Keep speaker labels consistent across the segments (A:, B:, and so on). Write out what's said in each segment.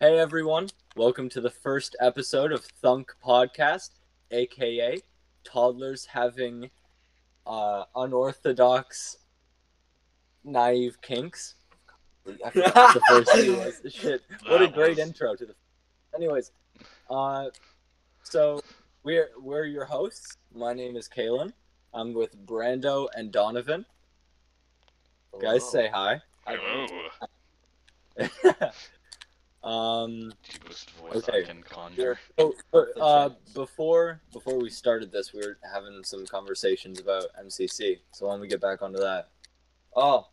A: Hey everyone, welcome to the first episode of Thunk Podcast, aka Toddlers Having uh, Unorthodox Naive Kinks. I forgot what the first two was. Shit, what a
B: That
A: great
B: was-
A: intro to the. Anyways, uh, so we're we're your hosts. My name is Kalen. I'm with Brando and Donovan. Guys, say hi.
B: Hello.
A: um.
B: Deepest voice
A: Okay.
B: I can
A: Sure.
B: conjure.
A: Oh, but,
C: the
A: uh,
C: chance.
A: before before we started this, we were having some conversations about MCC. So why don't we get back onto that? Oh,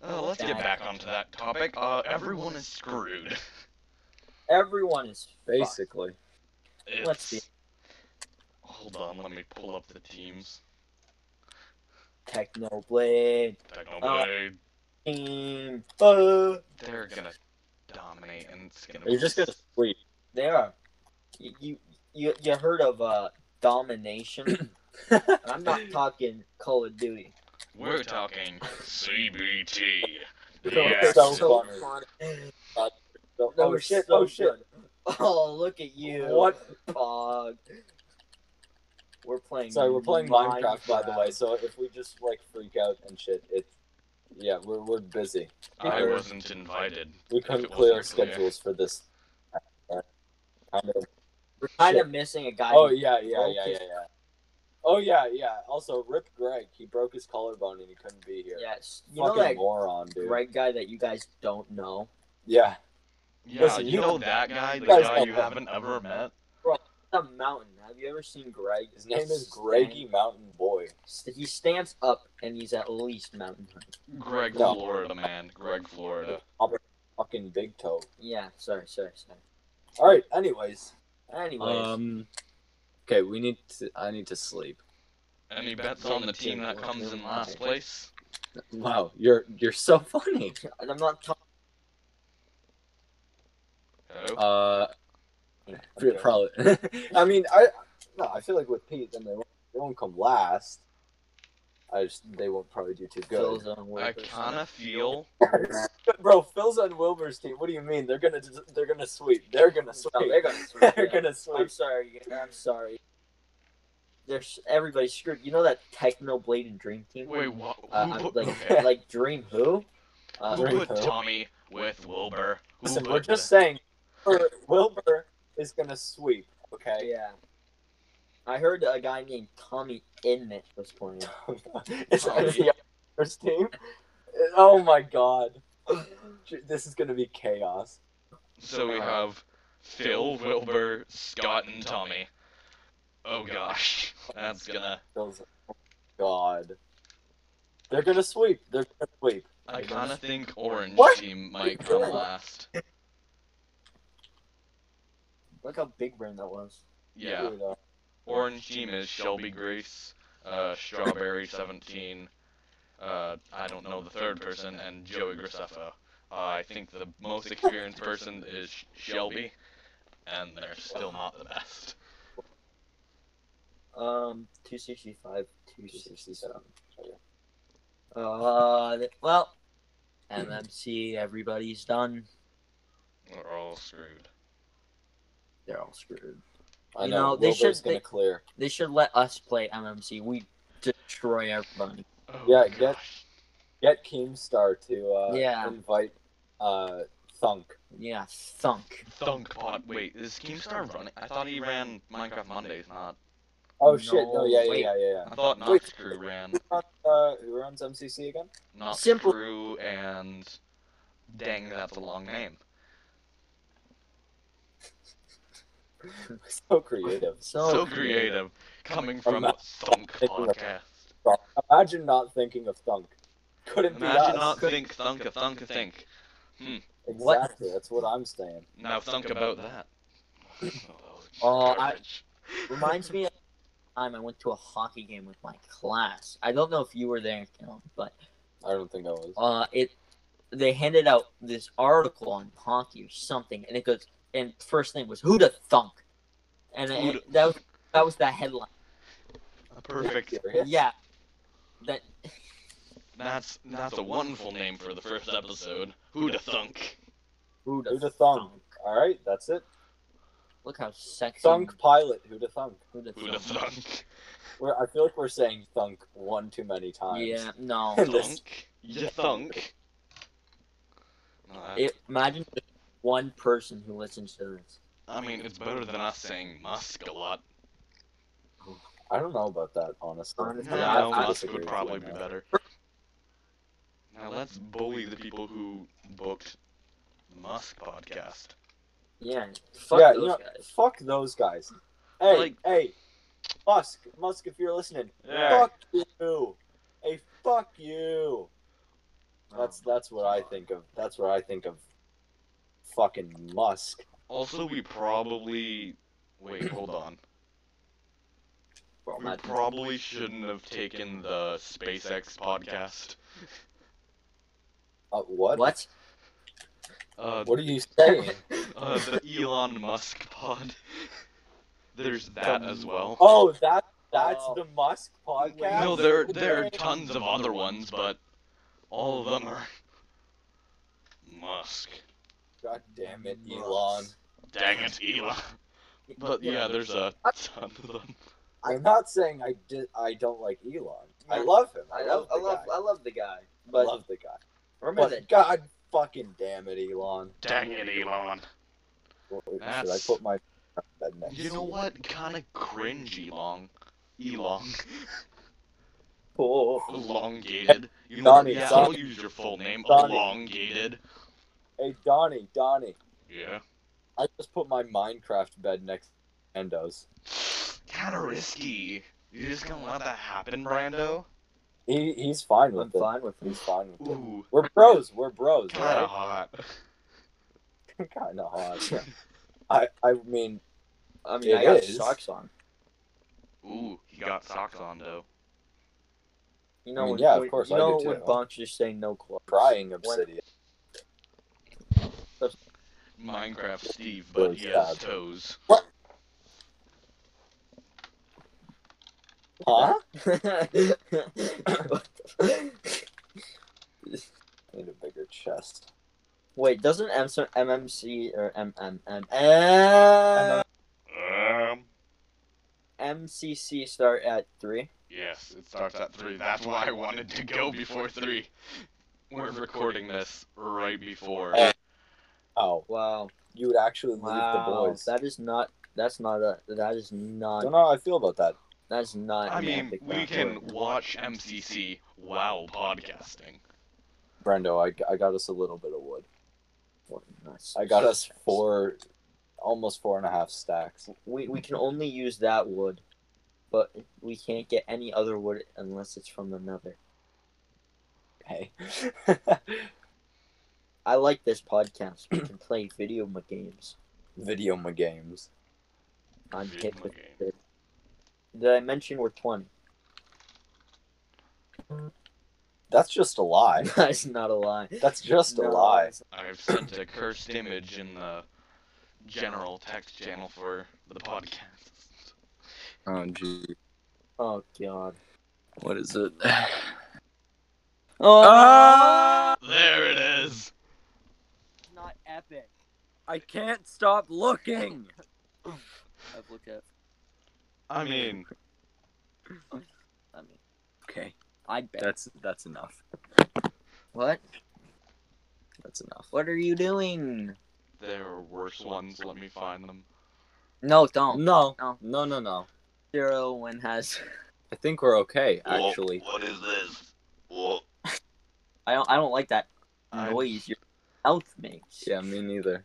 B: Uh, let's get back onto that topic. Uh, everyone is screwed.
C: Everyone is fucked.
A: basically,
B: It's-
C: see.
B: Hold on, let me pull up the teams.
C: Technoblade
A: Uh,
B: Technoblade.
C: team. Uh,
B: They're gonna dominate, and it's gonna.
A: you're just gonna sweep.
C: they are. You, you you you heard of uh domination? I'm not talking Call of Duty.
B: We're talking CBT.
A: Yes. So
C: So,
B: Yes.
C: so
A: funny.
C: fun.
A: So-
C: No
A: oh,
C: shit.
A: so
C: oh shit.
A: good.
C: Oh look at you.
A: What?
C: Fog. We're playing.
A: Sorry, we're playing Minecraft, by the way. So if we just like freak out and shit, it's yeah, we're we're busy.
B: I wasn't invited.
A: We
B: If it
A: couldn't
B: wasn't
A: clear our
B: clear.
A: schedules for this. uh, kind of-
C: We're kind
A: Shit.
C: of missing a guy.
A: Oh
C: who-
A: yeah, yeah,
C: broke
A: yeah, yeah,
C: his-
A: yeah. Oh yeah, yeah. Also, Rip Greg, he broke his collarbone and he couldn't be here.
C: Yes. You know
A: Fucking
C: that
A: moron, dude.
C: right guy that you guys don't know.
A: Yeah.
B: Yeah,
A: Listen,
B: you
A: you-
B: know that guy, the
A: Guys,
B: guy
A: no.
B: you haven't ever met.
C: The mountain. Have you ever seen Greg?
A: His name is Greggy Mountain Boy.
C: St- He stands up and he's at least mountain height.
B: Greg
A: No.
B: Florida, man. Greg Florida.
A: Fucking big toe.
C: Yeah, sorry, sorry, sorry.
A: All right. Anyways.
C: Anyways,
A: Um, Okay, we need to. I need to sleep.
B: Any bets on the team that comes in last place?
A: Wow, you're you're so funny.
C: and I'm not talking.
B: Hello?
A: Uh,
C: Okay.
A: probably. I mean, I no, I feel like with Pete, then they won't, they won't come last. I just they won't probably do too good.
C: Phil's on word
B: I
C: person.
B: kind of feel
A: Bro, Phil's on Wilbur's team. What do you mean? They're gonna they're gonna sweep. They're gonna
C: No,
A: sweep.
C: they're gonna sweep,
A: they're
C: yeah.
A: gonna
C: I'm
A: sweep.
C: sorry. I'm sorry. There's everybody's screwed. You know that Technoblade and Dream Team.
B: Wait, what? Who
C: Uh, I'm
B: put,
C: like, like Dream who? Uh,
B: who
A: Dream
B: put
A: who?
B: Tommy with Wilbur? Who
A: Listen,
B: put
A: we're just saying Wilbur- Wilbur is gonna sweep, okay?
C: yeah. I heard a guy named Tommy Inman was playing.
A: it's on the other's team. Oh my god. This is gonna be chaos.
B: So we have Phil, Wilbur, Scott, and Tommy. Oh gosh, that's gonna.
A: Those- oh my god. They're gonna sweep. They're gonna sweep.
B: I kind of think Orange
A: What?
B: Team might come last.
C: Look how big brain that was.
B: Yeah,
A: Dude, uh,
B: Orange Team is Shelby Grace, uh, Strawberry Seventeen. Uh, I don't know the third person, and Joey Graceffo. Uh, I think the most experienced person is Sh- Shelby, and they're still not the best.
C: Um, 265, 267.
A: 267.
C: Uh, th- well, MMC, everybody's done.
B: We're all screwed.
C: They're all screwed.
A: I
C: You
A: know,
C: know, they should-
A: Wilbur's gonna
C: they-
A: clear.
C: They should let us play MMC. We destroy everybody.
B: Oh,
A: Yeah,
B: gosh.
A: get- Get Keemstar to uh,
C: Yeah.
A: invite uh, Thunk.
C: Yeah, thunk.
B: Thunkpod. Wait, is Keemstar running? I thought he ran Minecraft Mondays, not.
A: Oh shit! No,
C: No,
A: yeah, yeah,
C: wait.
A: yeah, yeah.
B: I thought
A: Wait.
B: Not Screw ran.
A: Uh, who runs MCC again?
B: Not
C: Simple.
B: Screw and. Dang, that's a long name.
A: So creative.
C: So,
B: so creative. Coming from
A: Ima-
B: Thunk Podcast.
A: Imagine not thinking of Thunk. Couldn't be us.
B: Imagine not think Thunk a Thunk a Think.
C: What?
A: Exactly. That's what I'm saying.
B: Now Thunk about that.
C: Oh, I-
B: Garbage.
C: Reminds me of the time I went to a hockey game with my class. I don't know if you were there, Kellen, but
A: I don't think I was.
C: uh, it they handed out this article on hockey or something, and it goes, and first thing was who to thunk, and it-
B: Who'da-
C: that was that was the headline.
B: A perfect.
C: Yeah, that
B: That's that's a wonderful name for the first episode. Who'da thunk?
C: Who
A: Who da thunk? All right, that's it.
C: Look how sexy.
A: Thunk pilot. Who da thunk?
C: Who da
B: Who the
C: thunk?
B: thunk?
A: We're, I feel like we're saying thunk one too many times.
C: Yeah, no.
A: This-
B: Thunk? You thunk? No, that-
C: It- imagine if one person who listens to this.
B: I mean, it's better than us saying musk a lot.
A: I don't know about that, honestly.
C: Honestly,
B: No,
C: Yeah, I- I
B: musk
A: disagree
B: would
A: with you
B: probably
A: on
B: be
A: that.
B: better. Now let's bully the people who booked Musk podcast.
C: Yeah, fuck
A: yeah,
C: those
A: you know,
C: guys.
A: fuck those guys. Hey,
B: Like-
A: hey, Musk, Musk, if you're listening,
B: Yeah.
A: fuck you. Hey, fuck you. That's
B: Oh.
A: that's what I think of. That's what I think of. Fucking Musk.
B: Also, we probably wait. Hold on.
C: Bro,
B: We
C: imagine-
B: probably shouldn't have taken the SpaceX podcast.
A: Uh, what?
C: what?
B: Uh,
A: What are you saying?
B: uh, the Elon Musk pod. There's that as well.
A: oh, that that's
C: Oh.
A: the Musk podcast.
B: No, there there are tons of other ones, but all of them are Musk.
A: God damn it, Elon.
B: Dang it, Elon. But yeah, there's a ton of them.
A: I'm not saying I did. I don't like Elon. I
C: No.
A: love him.
C: I love, I
A: the
C: love,
A: guy.
C: I love the guy.
A: I
C: But
A: love the guy.
C: remember
A: But
C: that
A: God fucking damn it, Elon.
B: Dang it, Elon.
A: Wait, Should I
B: That's-
A: put my that next?
B: You know what? Kind of cringy, Elon. Elon.
C: Oh,
B: Elongated. You know,
A: Donnie,
B: yeah,
A: Donnie.
B: I'll use your full name.
A: Donnie.
B: Elongated.
A: Hey Donnie, Donnie,
B: Yeah.
A: I just put my Minecraft bed next to Nando's.
B: Kind of risky. You're just gonna let that happen, Brando?
A: He he's fine
C: I'm
A: with it.
C: fine with
A: He's
C: this.
A: fine with it.
B: Ooh,
A: We're bros. We're bros.
B: kind of hot.
A: Right? kind of hot. I I mean,
C: I mean,
A: It
C: I got
A: is.
C: socks on.
B: Ooh, he got socks on though.
C: You
A: I
C: know,
A: mean,
C: when,
A: yeah, of
C: when-
A: course,
C: you
A: I do
C: know
A: too.
C: when Bunch just say no clothes.
A: crying obsidian.
B: Minecraft Steve,
A: Really
B: but he has
A: sad.
B: toes.
A: Huh? Need a bigger chest.
C: Wait, doesn't MC, MMC or MMM
B: Um.
C: MCC start at three?
B: Yes, it starts at three. That's why I wanted to go before three. We're recording this right before.
A: Uh, Oh,
C: Wow,
A: you would actually leave
C: wow,
A: the boys.
C: that is not. That's not a. That is
A: I
C: not.
A: don't know how I feel about that.
C: That is not.
B: I
C: an
B: mean,
C: epic
B: we
C: match.
B: can watch MCC while podcasting.
A: Brendo, I, I got us a little bit of wood.
C: What a nice-
A: I got us four, almost four and a half stacks.
C: We we can only use that wood, but we can't get any other wood unless it's from another.
A: Hey,
C: I like this podcast. We can play video ma- games.
A: video ma games.
C: I'm
B: Video
C: kicked with
B: game.
C: Did I mention we're 20?
A: That's just a lie.
C: That's not a lie.
A: That's just a
C: No,
A: lie.
C: it's-
B: I've sent a cursed image in the general text channel for the podcast.
A: Oh, gee.
C: Oh, God.
A: What is it? Ah!
B: Ah!
C: Oh!
B: There it is.
D: not epic.
A: I can't stop looking.
D: I've looked at.
B: I mean,
D: I mean,
A: Okay,
D: I bet.
A: that's that's enough.
C: What?
A: That's enough.
C: What are you doing?
B: there are worse ones. Let me find them.
C: No, don't.
A: No,
C: No.
A: no, no, no.
C: Zero one has.
A: I think we're okay,
B: Whoa,
A: actually.
B: what is this? Whoa.
C: I don't, I don't like that
B: I-
C: noise your mouth makes.
A: Yeah, me neither.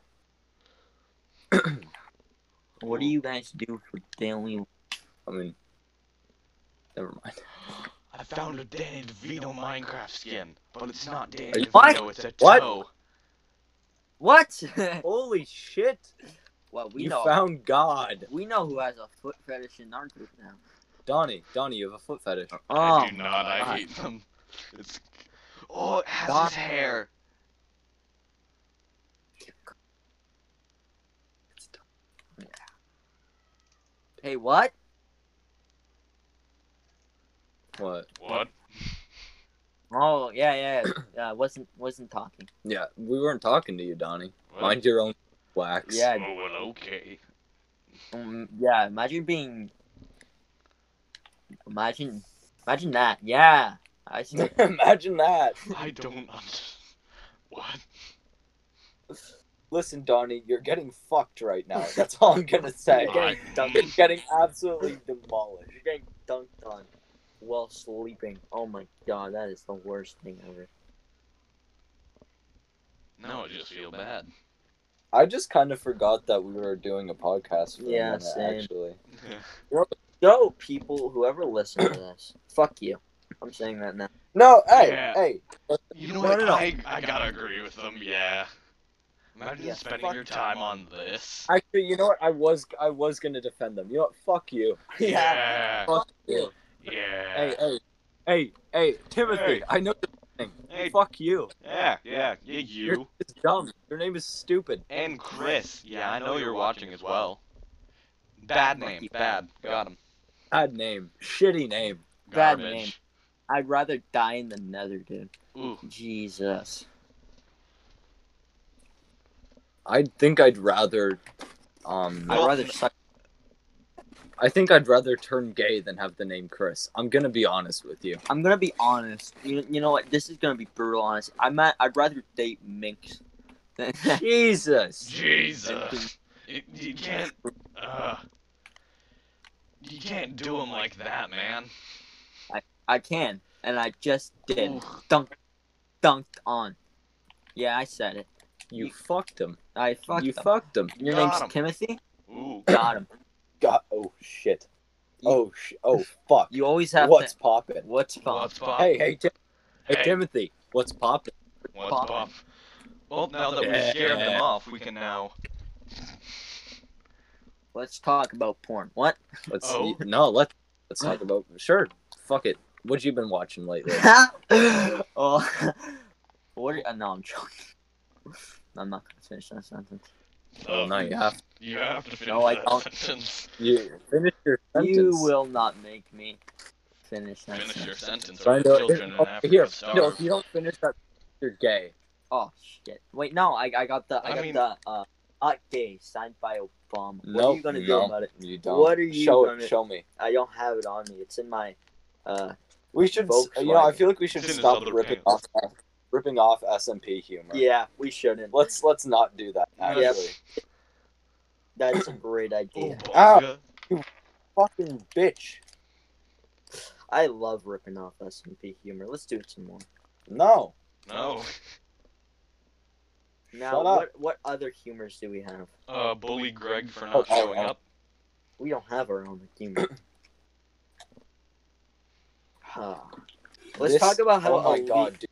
C: What do you guys do for daily?
A: I mean, never mind.
B: I found a Danny DeVito Minecraft skin, but it's not Danny
A: Are you-
B: DeVito.
C: What?
B: It's a
A: What?
B: toe.
C: What?
A: Holy shit!
C: well, we
A: you
C: know.
A: found God,
C: We know who has a foot fetish in our group now.
A: Donnie. Donnie, you have a foot fetish.
B: I
C: Oh,
B: do not. I
C: God.
B: hate them. It's. Oh, it has
C: God.
B: his hair.
C: hey, what?
A: What?
B: What?
C: Oh, yeah, yeah, yeah. I wasn't wasn't talking.
A: Yeah, we weren't talking to you, Donnie. Mind your own wax.
C: Yeah.
B: Oh, well, okay.
C: Um, yeah, imagine being. Imagine, imagine that. Yeah, I see.
A: Imagine that.
B: I don't understand. What?
A: Listen, Donnie, you're getting fucked right now. That's all I'm gonna say.
B: Alright.
C: getting dunked.
A: You're getting absolutely demolished.
C: You're getting dunked on while sleeping. Oh my god, that is the worst thing ever.
B: Now I just feel bad.
A: I just kind of forgot that we were doing a podcast. For
C: Yeah,
A: a minute,
C: same.
A: Actually,
C: No, people, whoever listened to this, fuck you. I'm saying that now.
A: no. Hey,
B: Yeah.
A: hey.
B: you know
A: No,
B: what?
A: no, no.
B: I, I gotta agree with them, yeah. Imagine
A: Yeah,
B: spending
A: fuck
B: your time on this.
A: Actually, you know what? I was I was gonna defend them. You know what? Fuck you.
B: Yeah.
A: Fuck you.
C: you.
B: Yeah.
A: Hey, hey, hey, hey, Timothy.
B: Hey.
A: I know. You're listening.
B: Hey.
A: Fuck you.
B: Yeah, yeah, yeah, you.
A: It's dumb. Your name is stupid.
B: And Chris. Yeah, I know you're watching as well. Bad name. Bad. Got him.
A: Bad name. Shitty name.
C: Bad
B: Garbage.
C: I'd rather die in the nether, dude.
B: Ooh.
C: Jesus.
A: I think I'd rather. Um,
C: I'd
B: Well-
C: rather suck.
A: I think I'd rather turn gay than have the name Chris. I'm gonna be honest with you.
C: I'm gonna be honest. You, you know what? This is gonna be brutal honest. I'm at, I'd rather date Minx than
A: Jesus.
B: Jesus. You, you can't. Uh, you can't do him like that, man.
C: I can, and I just did.
B: Ooh.
C: Dunked on. Yeah, I said it.
A: You fucked him.
C: I fucked
A: you
C: him.
A: fucked him.
C: Your
B: Got
C: name's
B: him.
C: Timothy.
B: Ooh.
C: Got him.
A: God. Oh shit.
C: You-
A: oh sh- Oh fuck.
C: You always have
A: what's
C: to.
A: poppin'?
C: What's fun?
B: What's pop?
A: Hey, hey, Tim- hey,
B: Hey,
A: Timothy. What's poppin'?
B: What's
C: pop?
B: pop? Well, now that we scared them off, we can now.
C: Let's talk about porn. What?
A: Let's
B: Oh.
A: no. Let's let's talk about sure. Fuck it. What you been watching lately?
C: oh, what? Are, uh, no, I'm joking. I'm not gonna finish that sentence.
A: oh no, you have
B: You have to finish
C: No, I
B: that
C: don't.
B: sentence.
A: you finish your sentence.
C: You will not make me finish that
B: Finish your
C: sentence.
B: sentence, or
A: I
B: the
A: know-
B: children in
A: oh,
B: Africa
A: here, no,
B: starve.
A: if you don't finish that, you're gay.
C: Oh shit! Wait, no, I, I got the I,
B: I
C: got
B: mean-
C: the uh, hot gay signed by Obama. What are
A: Nope,
C: you gonna do
A: no.
C: about it?
A: You
C: don't. What are you
A: show
C: gonna-
A: it? Show me.
C: I don't have it on me. It's in my. Uh,
A: We should, s-
C: Volkswagen.
A: you know, I feel like we should
B: It's in his
A: stop
B: other
A: ripping off,
B: pants.
A: ripping off SMP humor.
C: yeah, we shouldn't.
A: Let's let's not do that.
B: Yes.
A: Actually,
C: That's a great
B: Oh,
C: idea.
A: Oh.
B: Oopalonga.
A: fucking bitch.
C: I love ripping off S and P humor. Let's do it some more.
A: No.
B: No.
C: Now,
A: Shut up.
C: what what other humors do we have?
B: Uh, bully Greg for not
A: Oh, oh,
B: showing
A: oh.
B: up.
C: We don't have our own humor. Huh. Let's
A: This-
C: talk about how.
A: Oh my
C: elite-
A: god, dude.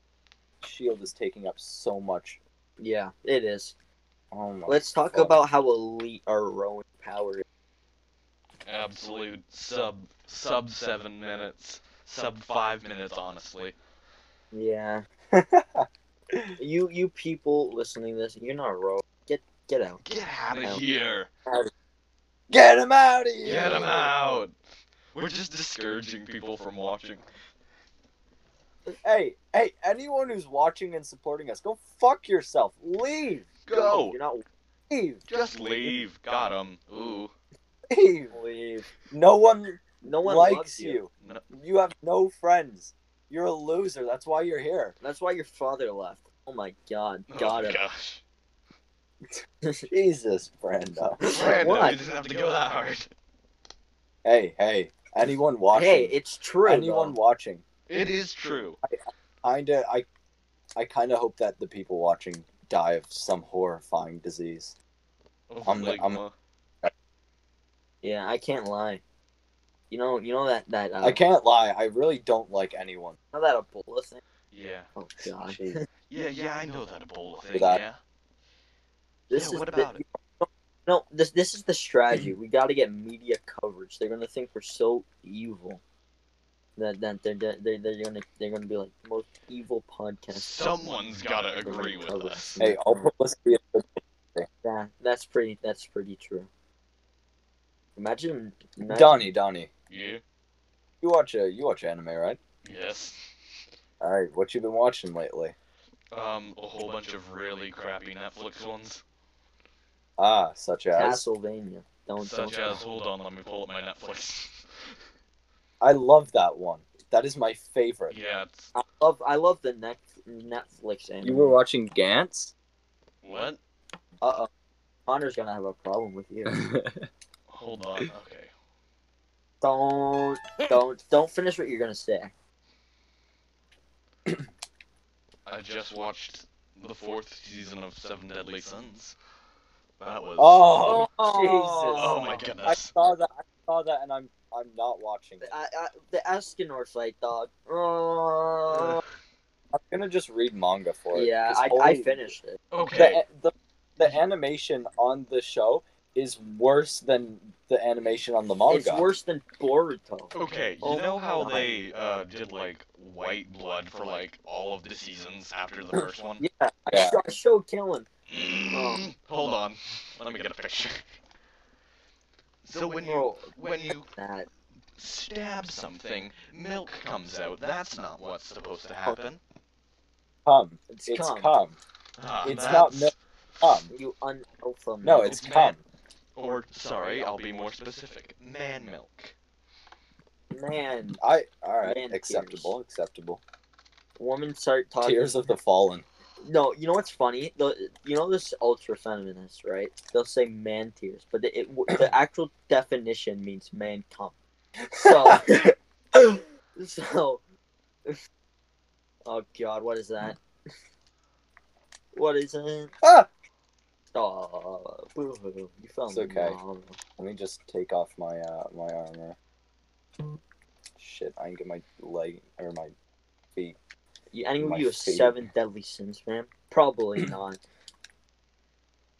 A: Shield is taking up so much.
C: Yeah, it is.
A: Oh my.
C: Let's talk
A: fuck.
C: about how elite our own power is.
B: Absolute sub sub seven minutes, sub five minutes, honestly.
C: Yeah. You you people listening to this, you're not wrong. Get get out.
B: Get out
C: No.
B: of here.
A: Get him out of here.
B: Get him out. We're just discouraging people from watching.
A: Hey, hey, anyone who's watching and supporting us, go fuck yourself. Leave.
B: Go.
C: You're not
A: Leave.
B: Just leave. Got him. Ooh.
A: Leave.
C: leave.
A: No one
C: No one
A: likes
C: loves you.
A: you.
B: No.
A: You have no friends. You're a loser. That's why you're here.
C: That's why your father left. Oh my god.
B: Oh
C: Got
B: my
C: him.
B: Gosh.
A: Jesus, Brando.
B: Brandon,
C: What?
B: you didn't have to go that hard.
A: Hey, hey, anyone watching?
C: Hey, it's true.
A: anyone
C: though.
A: watching?
B: It is true.
A: Kinda, I, I kinda hope that the people watching die of some horrifying disease. I'm- I'm-
B: Ligma.
C: Yeah, I can't lie. You know, you know that that uh,
A: I can't lie. I really don't like anyone.
C: you know that Ebola thing.
B: Yeah.
C: Oh god.
A: Jeez.
B: Yeah, yeah, I know that Ebola thing.
A: that.
B: Yeah.
C: This
B: yeah,
C: is
B: what
C: the-
B: about it?
C: No, this this is the strategy. We got to get media coverage. They're gonna think we're so evil that that they're they're they're, they're gonna they're gonna be like the most evil podcast.
B: Someone's gotta agree with
C: Cover.
B: us.
A: Hey, all publicity. is-
C: Yeah, that's pretty that's pretty true. Imagine, imagine
A: Donnie, Donnie,
B: Yeah.
A: you watch uh, you watch anime, right?
B: Yes.
A: All right, what you been watching lately?
B: Um, a whole bunch of really crappy Netflix ones.
A: Ah, such as.
C: Castlevania. Don't
B: Such
C: don't.
B: as, hold on, let me pull up my Netflix.
A: I love that one. That is my favorite.
B: yeah, it's,
C: I love I love the net, Netflix anime.
A: You were watching Gantz?
B: what?
C: Uh oh. Connor's gonna have a problem with you.
B: Hold on, okay.
C: don't don't don't finish what you're gonna say.
B: I just watched the fourth season of Seven Deadly Sins. That was.
A: oh,
B: Oh
A: Jesus.
B: my
A: I
B: goodness.
A: saw that. I saw that, and I'm I'm not watching it.
C: I, I, the Escanor fight, dog. Uh,
A: I'm gonna just read manga for it.
C: yeah,
A: 'cause
C: I, I
A: holy-
C: finished it.
B: Okay.
A: The, the the animation on the show is worse than the animation on the manga.
C: It's worse than Boruto.
B: Okay,
C: Oh
B: you know how
C: my.
B: they uh, did like white blood for like all of the seasons after the first one?
C: Yeah, I,
A: Yeah.
C: sho- I showed Kellen. Um,
B: Hold on, let me get a picture. So when you
C: Bro,
B: when you
C: that
B: stab something, milk comes out. That's not what's supposed to happen.
A: Come,
C: it's,
A: it's
C: cum.
A: come,
B: Ah,
A: It's not
B: that's-
A: milk. come.
C: You oh, unalpha.
A: No,
C: male.
A: it's
B: Man.
A: come.
B: Or sorry, I'll be more specific. Man milk.
C: man.
A: I all right,
C: Man,
A: acceptable, acceptable.
C: Women start talking.
A: Tears of the Fallen.
C: No, you know what's funny? The you know this ultra feminist, right? They'll say man tears, but the, it, the actual definition means man cum. So, so, oh god, what is that? What is it?
A: Ah!
C: Oh, boo-hoo. you fell.
A: It's okay.
C: down.
A: Let me just take off my uh my armor. Shit, I can get my leg or my feet.
C: You, any of
A: My
C: you have
A: favorite.
C: seven deadly sins, man? Probably not.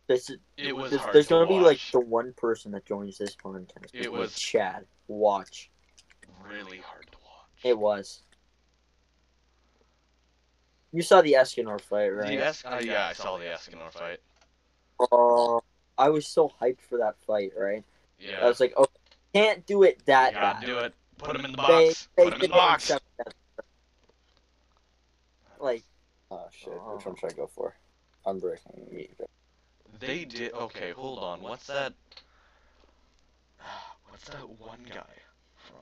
C: This is
B: It was
C: There's,
B: hard
C: there's
B: to
C: gonna be like
B: watch.
C: the one person that joins this podcast.
B: It
C: It
B: was-
C: was Chad. Watch.
B: really hard to watch.
C: It was. You saw the Escanor fight, right?
B: The Es- uh, yeah, I saw the Escanor fight.
C: Oh, I was so hyped for that fight, right? I
B: Yeah.
C: was like, oh, can't do it that
B: Yeah,
C: bad.
B: do it. Put him in the
C: They-
B: box.
C: they
B: Put him in the
C: didn't
B: box.
C: accept that. Like,
A: Oh shit, which
C: Oh.
A: one should I go for? Unbreaking.
B: They did. Okay, hold on. What's that? What's that one guy from?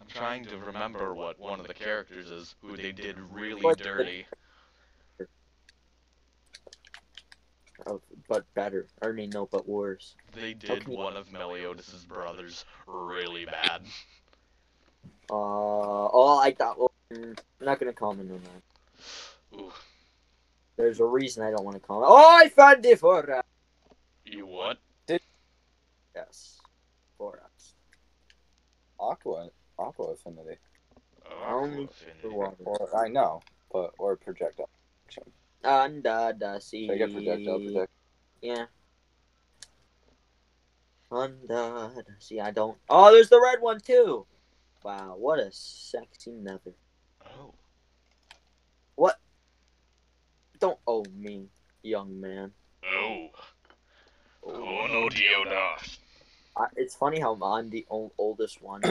B: I'm trying to remember what one of the characters is who they did really
C: What the-
B: dirty.
C: oh, but better. I mean, no, but worse.
B: They did one of Meliodas' brothers really bad.
C: Uh, oh, I thought. Well, mm, I'm not gonna comment on that.
B: Ooh,
C: There's a reason I don't want to comment. Oh, I found it for us.
B: you what?
C: Yes, for us.
A: Aqua Aqua Affinity.
C: Only
B: Aquafina.
C: For water.
A: Or I know, but or projectile. Should
C: Under the sea.
A: I get projectile
C: E
A: projectile?
C: Yeah. Under the sea. I don't. Oh, there's the red one too. Wow, what a sexy nether.
B: Oh,
C: Don't owe me, young man.
B: oh,
C: Oh.
B: oh no, Diodas.
C: I, it's funny how I'm the ol- oldest one.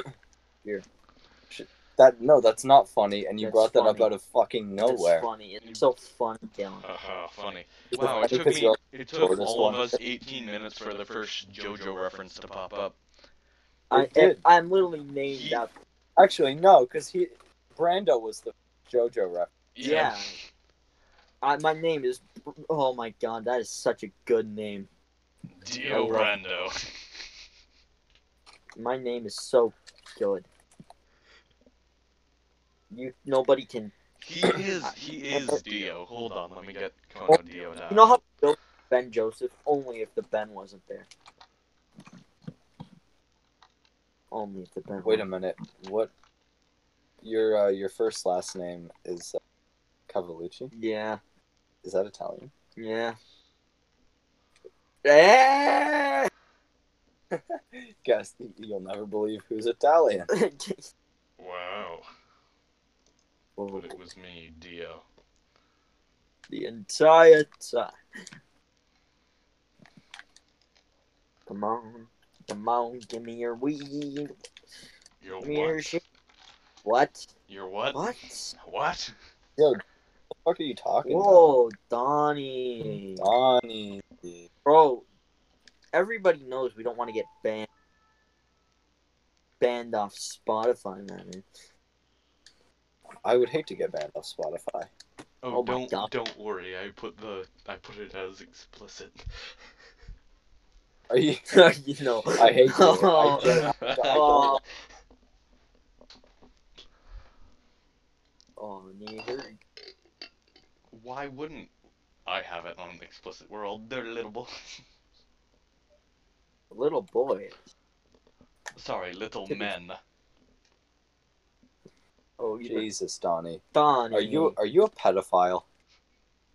A: That no, that's not funny, and you
C: That's
A: brought that up
C: funny.
A: out of fucking
C: It's
A: nowhere.
C: funny. It's so fun, Dylan.
B: Haha, funny.
A: Because
B: Wow,
A: I
B: it
A: think
B: took
A: it's
B: me.
A: your-
B: It took
A: shortest
B: all of
A: one.
B: us 18 minutes for the first JoJo reference to pop up.
C: I,
A: did.
C: I'm literally named after.
A: Actually, no, because he Brando was the JoJo rep.
C: Yeah. I, my name is. Oh my god, that is such a good name.
B: Dio
C: I love-
B: Brando.
C: My name is so good. You nobody can.
B: He is he is Dio. Hold on, let me get Kono Dio now.
C: You know how dope Ben Joseph only if the Ben wasn't there. Only if the Ben.
A: Wait a minute, what? Your uh, your first last name is uh, Cavallucci.
C: Yeah.
A: Is that Italian?
C: Yeah. Yeah.
A: Guess you'll never believe who's Italian.
B: Wow.
C: Oh,
B: But it was me, Dio.
C: the entire time. Come on, come on, give me your weed.
B: You're
C: Give me your
B: what?
C: shit. What?
B: You're what?
C: What?
B: What?
A: Yo, what the fuck are you talking Mm-hmm.
C: Whoa, Donnie.
A: about? Donnie.
C: Bro, everybody knows we don't want to get banned banned off Spotify, man.
A: I would hate to get banned off Spotify.
B: Oh,
C: Oh my
B: don't
C: God.
B: don't worry. I put the I put it as explicit.
A: Are you?
C: you know.
A: I hate you. I
C: Oh,
A: don't- I
C: oh,
A: don't-
C: oh, nigger.
B: Why wouldn't I have it on explicit? We're all dirty little boys.
C: Little boy.
B: Sorry, little
C: Did we-
B: men.
C: Oh, you were
A: Jesus, Donnie.
C: Donnie.
A: Are you are you a pedophile?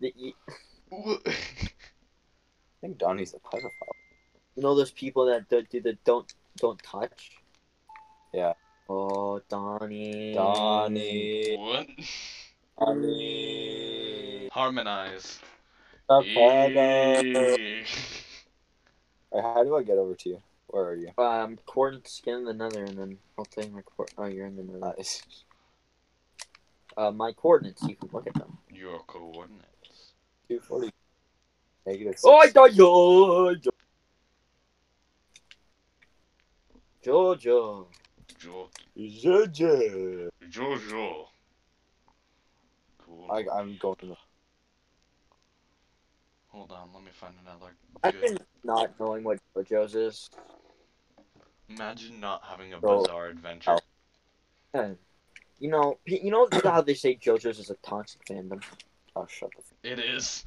C: The- You
A: I think Donnie's a pedophile.
C: you know those people that do, do the don't don't touch?
A: Yeah.
C: Oh,
A: Mm.
C: Donnie.
A: Donnie.
B: what?
A: Donnie.
B: Harmonize.
A: A pedo.
B: Eee.
A: Alright, How do I get over to you? Where are you?
C: Um, corn skin in the nether, and then I'll thing record. Oh, you're in the nether.
A: Nice.
C: Uh, my coordinates. You can look at them.
B: Your coordinates.
A: 240. Negative six.
C: Oh, Jojo. Jojo.
B: Jo-
A: Jojo.
B: Jojo. Cool.
A: I, I'm going to
B: Hold on, let me find another good.
C: Imagine not knowing what JoJo's is.
B: Imagine not having a
A: Bro.
B: bizarre
A: oh.
B: adventure.
C: Yeah. Eh, You know, you know how they say JoJo's is a toxic fandom.
A: Oh, shut the f-
B: It is.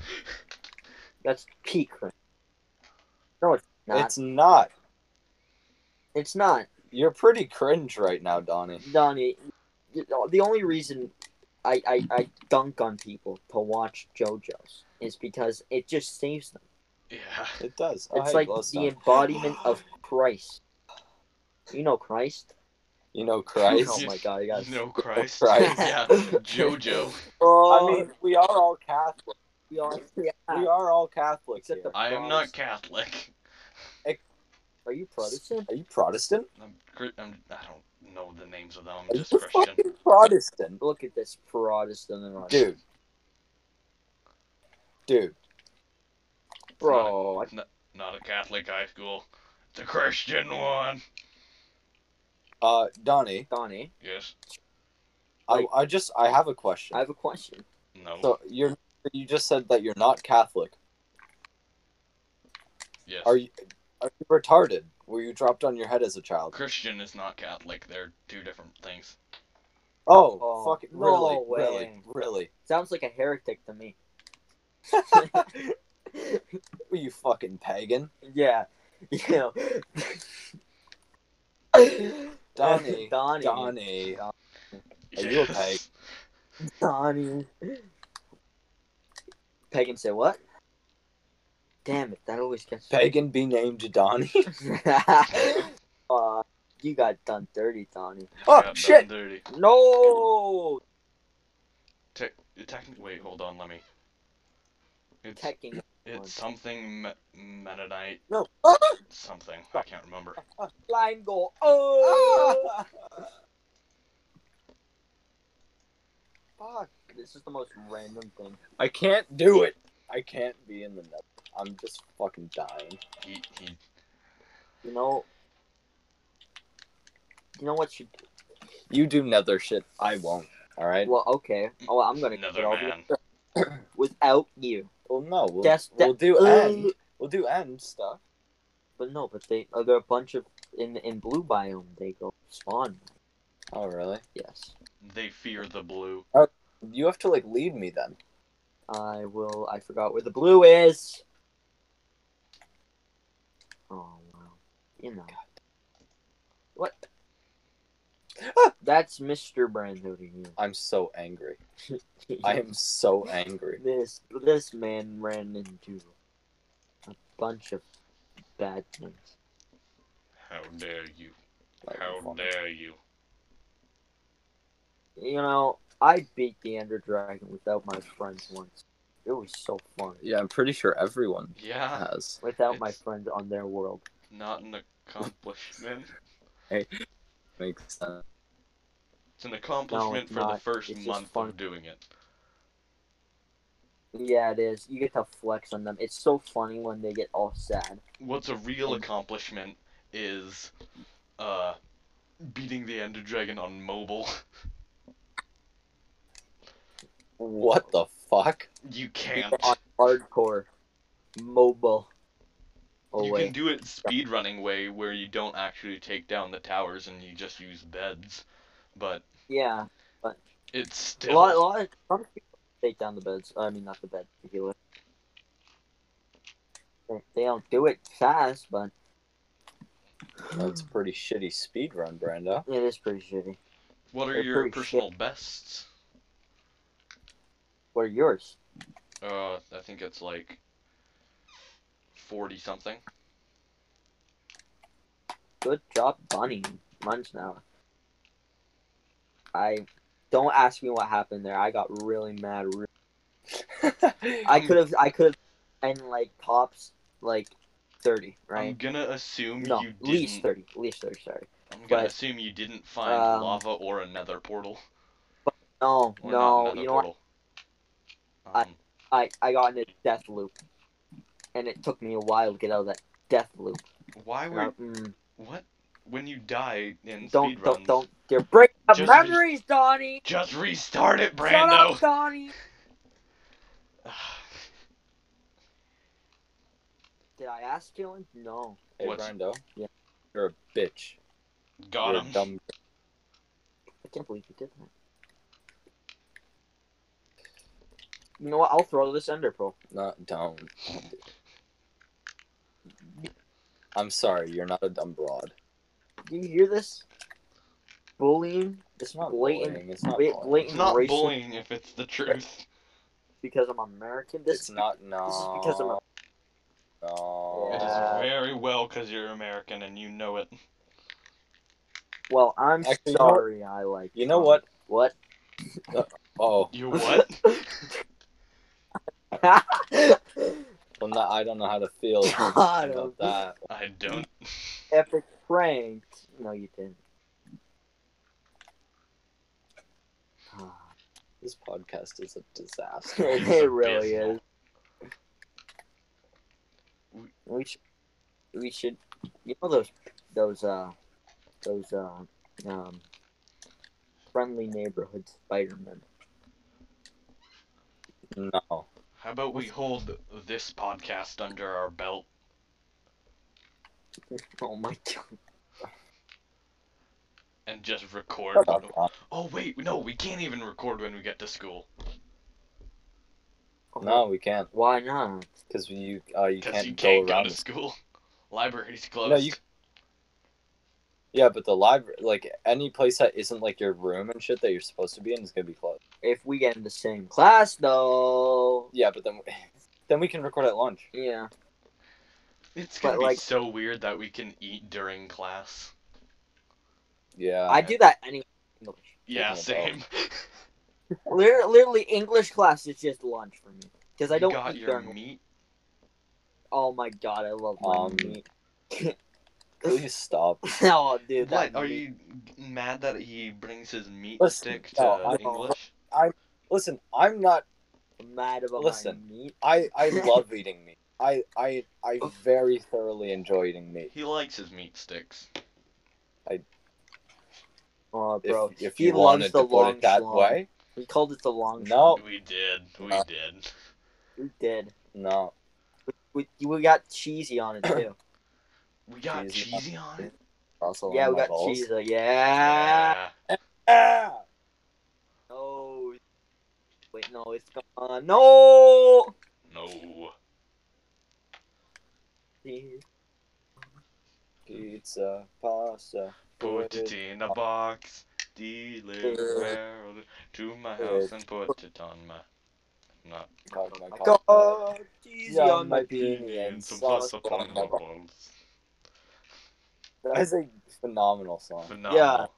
C: That's peak. Right? No, it's not. It's,
A: It's not.
C: not,
A: You're pretty cringe right now, Donnie.
C: Donnie. you know, The only reason I, I I dunk on people to watch JoJo's is because it just saves them.
B: Yeah.
A: It does. Oh,
C: It's
A: hey,
C: like
A: Glowstone.
C: the embodiment of Christ. You know Christ?
A: You know Christ.
C: Oh my God, you guys.
B: No Christ.
A: Christ.
B: yeah. Jojo.
C: Oh,
A: I mean, we are all Catholic.
C: we are. Yeah.
A: We are all Catholics
C: Except
A: here.
C: the-
B: I am not Catholic.
C: Are you Protestant?
A: Are you Protestant?
B: I'm, Chr- I'm, I don't know the names of them.
A: Are
B: I'm
A: you
B: just Christian.
A: fucking Protestant?
C: Look at this Protestant in us.
A: Dude. Dude.
C: bro. I-
B: Not a Catholic high school. It's a Christian one.
A: Uh, Donnie,
C: Donnie,
B: Yes.
A: I,
C: Like-
A: I just, I have a question.
C: I have a question.
B: No.
A: So you're, you just said that you're not Catholic.
B: yes.
A: Are you, are you retarded? Were you dropped on your head as a child?
B: Christian is not Catholic. They're two different things.
A: Oh,
C: Oh,
A: fuck it.
C: no
A: Really,
C: way.
A: really, really.
C: Sounds like a heretic to me.
A: Were you fucking pagan?
C: yeah, you know.
A: Donnie.
C: Donnie,
A: Donnie. Are you a
B: Yes.
C: Donnie. Pagan said what? Damn it! That always gets me.
A: Pagan be named Donnie?
C: Aw, Uh, you got done dirty, Donnie.
A: Oh,
B: Yeah, done
A: shit.
B: dirty.
C: No,
B: Te- technically, wait, hold on, let me. It's,
C: Tekken. one.
B: it's something me- Mennonite
A: No.
B: something. I can't remember.
C: Line goal. Oh. Fuck. This is the most random thing.
A: I can't do it. I can't be in the net. I'm just fucking dying.
B: He, he,
C: You know. You know what you
A: You do nether shit. I won't. All right.
C: Well, okay. Oh, well, I'm gonna get
B: Another
C: all
B: man.
C: the- without you.
A: Well, no. We'll,
C: That's
A: we'll do
C: uh,
A: end. We'll do end stuff.
C: But no, but they uh, there are a bunch of in in blue biome they go spawn.
A: Oh, really?
C: Yes,
B: they fear the blue.
A: You have to like lead me then.
C: I will. I forgot where the blue is. Oh well, you know what? Ah, That's Mr. Brand over here.
A: I'm so angry. I am so angry.
C: This this man ran into a bunch of bad things.
B: How dare you? How dare you?
C: You know, I beat the Ender Dragon without my friends once. It was so fun.
A: Yeah, I'm pretty sure everyone
B: Yeah,
A: has.
C: Without my
B: It's-
C: friends on their world.
B: not an accomplishment.
A: Makes sense.
B: It's an accomplishment for the
C: not.
B: first
C: It's just
B: month
C: fun.
B: of doing it.
C: Yeah, it is. You get to flex on them. It's so funny when they get all sad.
B: What's a
C: Oh.
B: real accomplishment is uh, beating the Ender Dragon on mobile.
A: What the fuck?
B: You
C: People
B: can't.
C: on hardcore, mobile. Oh
B: You
C: wait,
B: can do it speedrunning way where you don't actually take down the towers and you just use beds, but
C: yeah.
B: it's
C: A
B: still
C: lot, a lot of some people take down the beds. I mean, not the bed, the healer. They- They don't do it fast, but
A: That's a pretty shitty speed run, Brando.
C: it is pretty shitty.
B: What are
C: They're
B: your
C: pretty
B: personal bests?
C: What are yours?
B: Uh, I think it's like forty something.
C: Good job, Bunny. Mine's now. I don't ask me what happened there. I got really mad. Re- I could have, I could have, and like tops like thirty,
B: I'm
C: right?
B: gonna assume
C: No,
B: you didn't.
C: least thirty, least thirty. Sorry.
B: I'm gonna
C: but,
B: assume you didn't find
C: um,
B: lava or another portal.
C: No,
B: Or not
C: no.
B: another
C: You know what?
B: portal.
C: I-
B: Um,
C: I I got in a death loop, and it took me a while to get out of that death loop.
B: why
C: And
B: were
C: I- mm,
B: what when you die in
C: don't don't
B: speedruns?
C: don't. You're breaking up
B: Just-
C: memories, Donnie.
B: Just restart it,
C: Shut
B: Brando.
C: up, Donnie. Did I ask Dylan? No.
A: Hey,
B: What's-
A: Brando.
C: Yeah.
A: You're a bitch.
B: Got
A: You're a
B: him.
A: dumb.
C: I can't believe you did that. You know what? I'll throw this Ender Pearl.
A: Not dumb. I'm sorry. You're not a dumb broad.
C: Do you hear this? Bullying. It's
A: It's not
C: blatant.
A: bullying. It's not.
C: bla-
A: bullying.
C: blatant
B: It's not
C: racist
B: bullying if it's the truth.
C: because I'm American. This
A: It's not. No.
C: this is because I'm a-
A: No.
B: It
C: Yeah.
B: is very well because you're American and you know it.
C: well. I'm
A: Actually, you know what?
C: sorry. I like.
A: You know
C: Trump.
A: what?
C: What?
A: Oh,
B: You what?
A: well, no, I don't know how to feel
C: God,
A: about
C: oh.
A: that.
B: I don't.
C: Epic prank. No, you didn't.
A: This podcast is a disaster.
C: it really is.
B: We-
C: We should, we should, you know those, those, uh, those, uh, um, friendly neighborhood Spider-Man.
A: No.
B: How about we hold this podcast under our belt?
C: Oh my god!
B: and just record.
A: Shut up, Bob.
B: Oh wait, no, we can't even record when we get to school
A: No, we can't.
C: Why not?
A: Because you uh, you
B: because
A: can't,
B: you can't
A: go
B: go
A: around.
B: to
A: the-
B: school. Library's closed.
A: you- Yeah, but the library, like any place that isn't like your room and shit that you're supposed to be in, is gonna be closed.
C: If we get in the same class, though,
A: Yeah, but then then we can record at lunch.
C: yeah.
B: It's
C: But,
B: gonna be
C: like-
B: so weird that we can eat during class.
A: Yeah.
C: I do that anyway. English.
B: Yeah,
A: Speaking
B: same.
C: Liter- Literally, English class is just lunch for me because I
B: You
C: don't
B: got
C: eat
B: your
C: during-
B: meat.
C: Oh my god, I love my
A: Um,
C: meat.
A: Please stop.
C: oh, dude, that
B: What are
C: meat.
B: you mad that he brings his meat
A: Listen,
B: stick to
A: no, I-
B: English?
A: Listen, I'm not.
C: mad about
A: Listen.
C: my meat.
A: I I love eating meat. I I I very thoroughly enjoy eating meat.
B: He likes his meat sticks.
C: Oh,
A: If,
C: bro,
A: if
C: he
A: you
C: loves
A: wanted
C: the
A: to put
C: long
A: it that
C: schlong.
A: way,
C: we called it the long.
A: No.
C: shot.
B: We did. We
A: Uh,
B: did.
C: we did.
A: no.
C: We, we got cheesy on it too.
B: We got
A: cheesy.
B: cheesy on it.
A: Russell
C: yeah,
A: on
C: we
A: my
C: got
A: balls.
C: cheesy. Yeah.
A: Ah!
C: No. Wait, no, it's gone. No.
B: No.
A: Pizza, pasta.
B: Put it in a box, deliver to my house and put it on my. Not.
A: cock in my cock.
C: God, cheesy
A: Yeah,
C: on my
A: my bean.
C: bean.
A: And
B: Some
A: sauce
B: plus
A: on
B: upon
A: my
B: my
A: box.
B: balls.
A: That is a phenomenal song.
B: Phenomenal.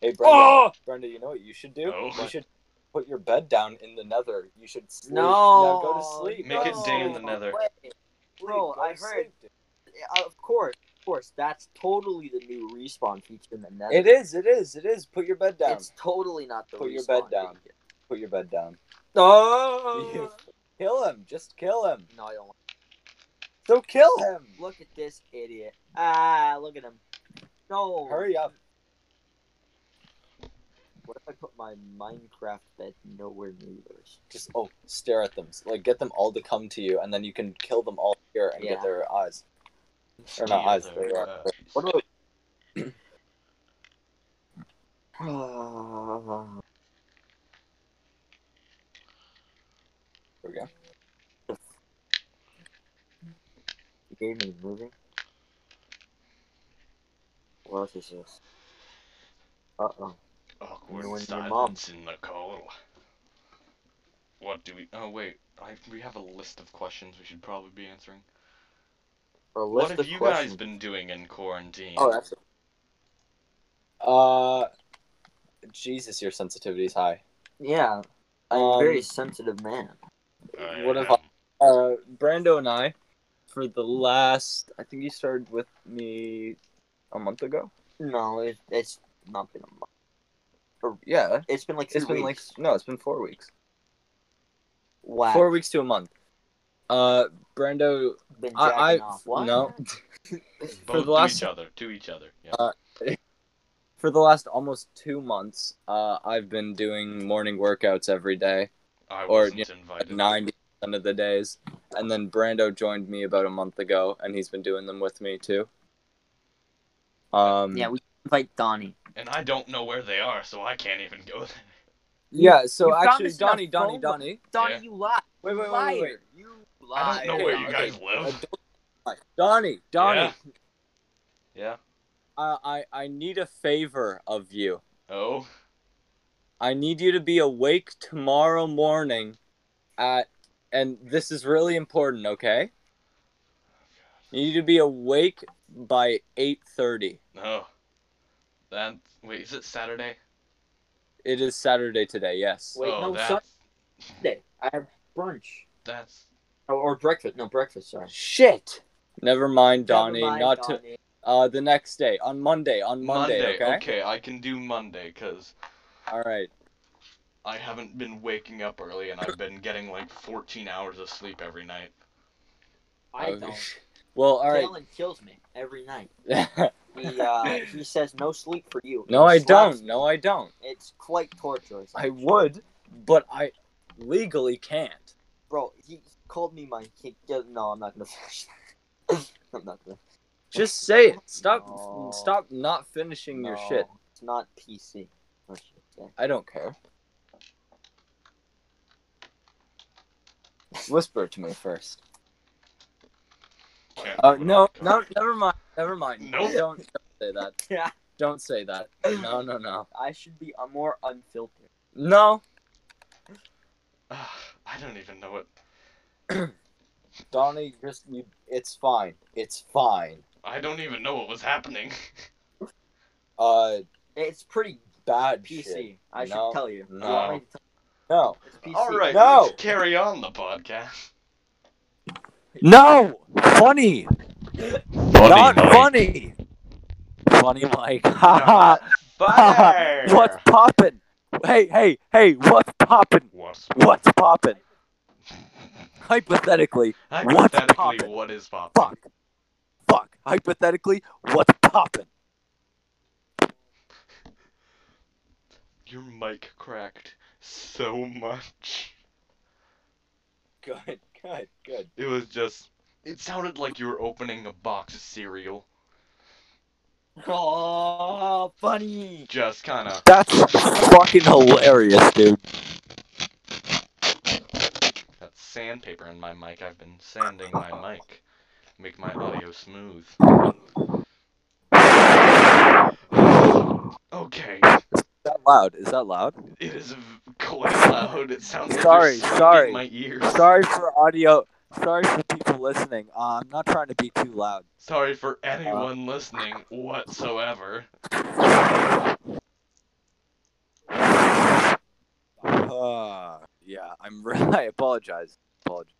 A: Hey, Brenda,
C: Oh
A: Brenda, you know what you should do?
B: No.
A: You should put your bed down in the nether. You should sleep.
C: no!
A: Now go to sleep.
B: Make it day in the
C: No,
B: nether.
C: wait.
A: Sleep,
C: Bro,
A: go to
C: I heard.
A: sleep, dude.
C: Uh, Of course, of course. That's totally the new respawn feature in the nether.
A: It is, it is, it is. Put your bed down.
C: It's totally not the
A: Put your bed
C: respawn
A: down.
C: feature.
A: Put your bed down.
C: Oh.
A: You
E: Kill him. Just kill him.
C: No, I don't. want-
E: So kill him.
C: Look at this idiot. Ah, look at him. No.
E: Hurry up.
C: What if I put my Minecraft bed nowhere near yours?
E: Just oh, stare at them. Like get them all to come to you, and then you can kill them all here and
C: Yeah.
E: get their eyes. Or not eyes. Their,
B: Uh,
C: What about? the
E: There we go.
C: game is moving. What else is this? Uh oh.
B: Awkward
C: You and your mom.
B: silence in the call. What do we? Oh wait, I, we have a list of questions we should probably be answering.
C: A
B: What
C: list
B: have
C: of
B: you
C: questions.
B: guys been doing in quarantine?
C: Oh, that's
E: Uh, Jesus, your sensitivity's high.
C: yeah. I'm a
E: Um,
C: very sensitive man.
B: I
A: what have
B: am.
A: uh, Brando and I, for the last, I think you started with me a month ago.
C: No, it, it's not been a month.
A: Yeah,
C: It's been like 3
A: it's been
C: weeks.
A: like no, it's been four weeks.
C: wow.
A: Four weeks to a month. Uh, Brando,
C: Been jacking
A: I, I
C: off. What?
A: no,
B: Both
A: for the
B: to
A: last-
B: each other, to each other. Yeah.
A: Uh, for the last almost two months, uh, I've been doing morning workouts every day,
B: I
A: or,
B: wasn't
A: you
B: invited.
A: ninety percent of the days, and then Brando joined me about a month ago, and he's been doing them with me too. Um,
C: Yeah, we invite Donnie.
B: And I don't know where they are, so I can't even go there.
A: yeah. So
D: You found
A: actually,
D: us in a
A: Donnie, Donnie,
D: phone
A: Donnie.
D: Donnie,
B: Yeah.
D: you lie.
A: Wait, wait,
D: liar.
A: wait, wait.
D: You
B: I
D: lie.
B: don't know
A: okay,
B: where you
A: okay.
B: guys
A: Uh,
B: live.
A: don't- Donnie, Donnie,
B: Yeah.
A: uh, I, I need a favor of you.
B: Oh.
A: I need you to be awake tomorrow morning at and this is really important, okay?
C: Oh,
A: You need to be awake by 8:30.
B: No. That wait, is it Saturday?
A: It is Saturday today, yes.
C: Wait,
B: oh,
C: no,
B: that's
C: Sunday. I have brunch.
B: that's
C: Or, Oh, or breakfast. No, breakfast, sorry.
A: Shit. Never mind,
C: Never
A: Donnie.
C: mind,
A: not to
C: Donnie.
A: uh the next day, on Monday, on Monday, okay?
B: I can do Monday because
A: All right.
B: I haven't been waking up early and I've been getting like 14 hours of sleep every night.
C: I
A: Okay.
C: don't.
A: Well, Oh, all right.
C: Dylan kills me every night.
A: no,
C: He, uh, he says no sleep for you. He
A: I
C: slaps
A: don't.
C: me.
A: No, I don't.
C: It's quite torturous.
A: I would, but I legally can't.
C: Bro, he called me my. He, yeah, no, I'm not gonna finish. that. I'm not gonna.
A: Just say it. Stop
C: No.
A: stop not finishing your
C: no,
A: shit.
C: It's not PC. Oh, shit, yeah.
A: I don't care. Whisper it to me first.
B: Can't
A: Uh,
B: put
A: no,
B: on
A: no,
B: cover.
A: never mind, never mind.
B: Nope.
A: Don't, don't say that.
C: Yeah.
A: Don't say that. No, no, no,
C: I should be uh, more unfiltered.
A: no.
B: Ugh, I don't even know what.
E: Donnie, just you. It's fine. It's fine.
B: I don't even know what was happening.
E: Uh,
C: It's pretty
E: bad
C: PC.
E: shit. No,
C: I should tell you.
E: no.
C: You want me to tell-
E: No.
C: It's PC.
B: All right,
E: No.
B: let's carry on the podcast.
A: No, funny, not funny. Funny Mike. Ha ha.
B: Fire!
A: What's poppin'? Hey, hey, hey, what's poppin'?
B: What's
A: What's poppin'? Hypothetically,
B: Hypothetically,
A: poppin'?
B: what is pop?
A: fuck. Fuck. Hypothetically, what's poppin'?
B: Your mic cracked so much.
E: Good. Good. Good.
B: It was just. It sounded like you were opening a box of cereal.
C: Oh, funny.
B: Just kind of.
A: That's fucking hilarious, dude.
B: That's sandpaper in my mic. I've been sanding my mic. Make my audio smooth. Okay,
A: Is that loud? Is that loud?
B: it is v- quite loud. It sounds like
A: Sorry,
B: there's something
A: sorry.
B: in my ears.
A: Sorry for audio. Sorry for people listening. Uh, I'm not trying to be too loud.
B: Sorry for anyone listening whatsoever.
A: Uh, yeah, I'm. Re- I apologize. Apologize.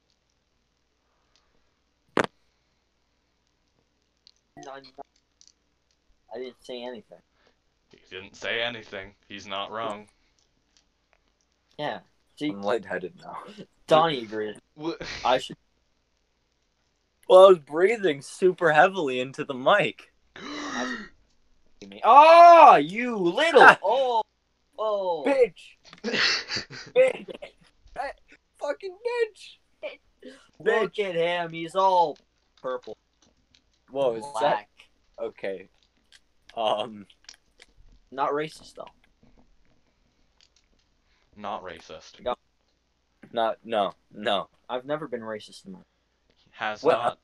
C: No, I'm not- I didn't say anything.
B: He didn't say anything. He's not wrong.
C: Yeah. See,
E: I'm lightheaded now.
C: Donnie agreed.
B: Wh-
C: I should.
A: Well, I was breathing super heavily into the mic.
C: Ah, you little. oh, oh.
A: Bitch! Bitch!
C: fucking bitch. Look at him. He's all purple.
A: Whoa, Oh, is that
C: black.
A: okay? Um,
C: Not racist though.
B: Not racist.
A: not no, no,
C: I've never been racist in my.
B: Has
A: Well,
B: not.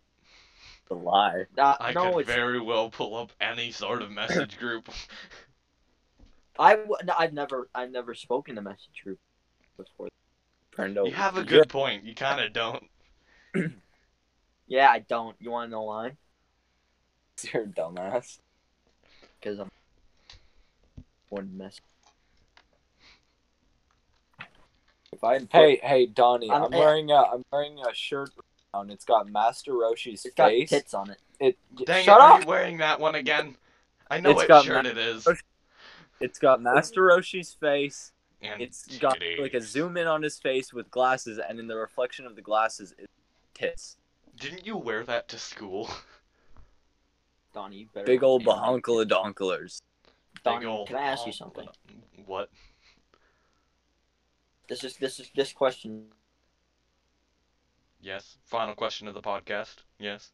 A: the lie.
C: Uh,
B: I
C: no,
B: could
C: it's.
B: very well pull up any sort of message group.
C: I w- no, I've never I've never spoken to message group before.
A: Brando,
B: you have a
A: you're-
B: good point. You kind of don't.
C: Yeah, I don't. You want to know why?
A: You're a dumbass.
C: Because I'm one mess.
E: If I had put-
A: Hey, hey, Donnie,
C: I'm-
A: I'm, wearing a I'm wearing a shirt right now, and it's got Master Roshi's
C: It's got
A: face.
C: tits on it.
A: It
B: Dang
A: shut
B: it, are
A: up.
B: you wearing that one again? I know
A: It's
B: what
A: got
B: shirt it is.
A: It's got Master Roshi's face.
B: And
A: It's got
B: titties.
A: like a zoom in on his face with glasses, and in the reflection of the glasses, it's tits.
B: Didn't you wear that to school?
C: Donnie, you better.
A: Big old bahonkala donklers.
C: Donnie,
B: Big ol'
C: can I ask you
B: honk-
C: something?
B: What?
C: This is this is this question.
B: Yes. Final question of the podcast. Yes.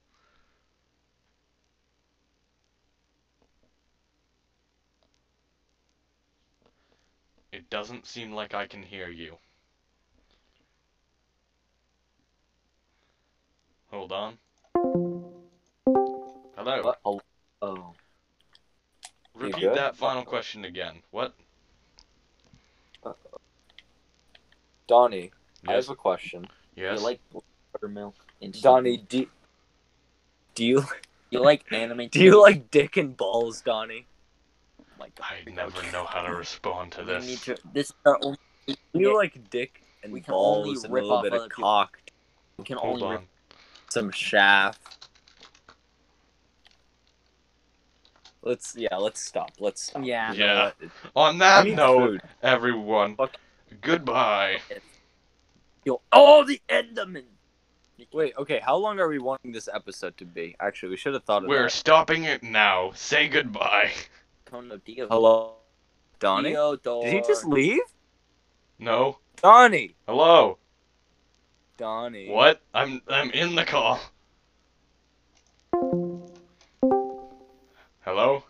B: It doesn't seem like I can hear you. Hold on. Hello.
C: What? Oh, oh.
E: You
B: Repeat
E: good?
B: that final question again. What?
E: Donnie, I
B: Yes.
E: have a question.
B: Yes.
C: You like buttermilk? And stuff.
A: Donnie, do, do you
C: you like anime?
A: do you like dick and balls, Donnie?
D: my God.
B: I never know how to respond to
C: We need
B: this.
C: to. This is our only.
A: Do you like dick and
C: We can only
A: balls and a
C: rip
A: little
C: off
A: bit of
C: other people.
A: cock,
C: we can
B: Hold
C: only.
B: on.
C: rip-
A: some shaft? Let's yeah, let's stop. Let's stop.
D: Yeah.
A: You know what?
B: On
A: I
B: that
A: need
B: note,
A: food.
B: everyone,
A: Fuck.
B: goodbye.
C: You'll all the Enderman.
A: Wait, okay. How long are we wanting this episode to be? Actually, we should have thought of
B: We're
A: that.
B: stopping it now. Say goodbye.
C: Cono Dio.
A: Hello, Donnie.
C: Theodore.
A: Did he just leave?
B: No.
A: Donnie.
B: Hello.
A: Donnie.
B: What? I'm I'm in the call. Hello?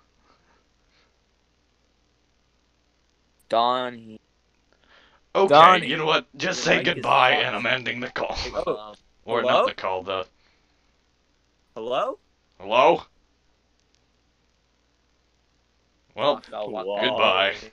C: Donnie.
B: Okay,
A: Donnie.
B: you know what? Just
A: Your
B: say
A: mic is
B: goodbye
A: off.
B: and I'm ending the call.
A: Oh.
B: Or
A: Hello?
B: not the call, the
A: Hello.
B: Hello? Well,
A: Whoa.
B: goodbye.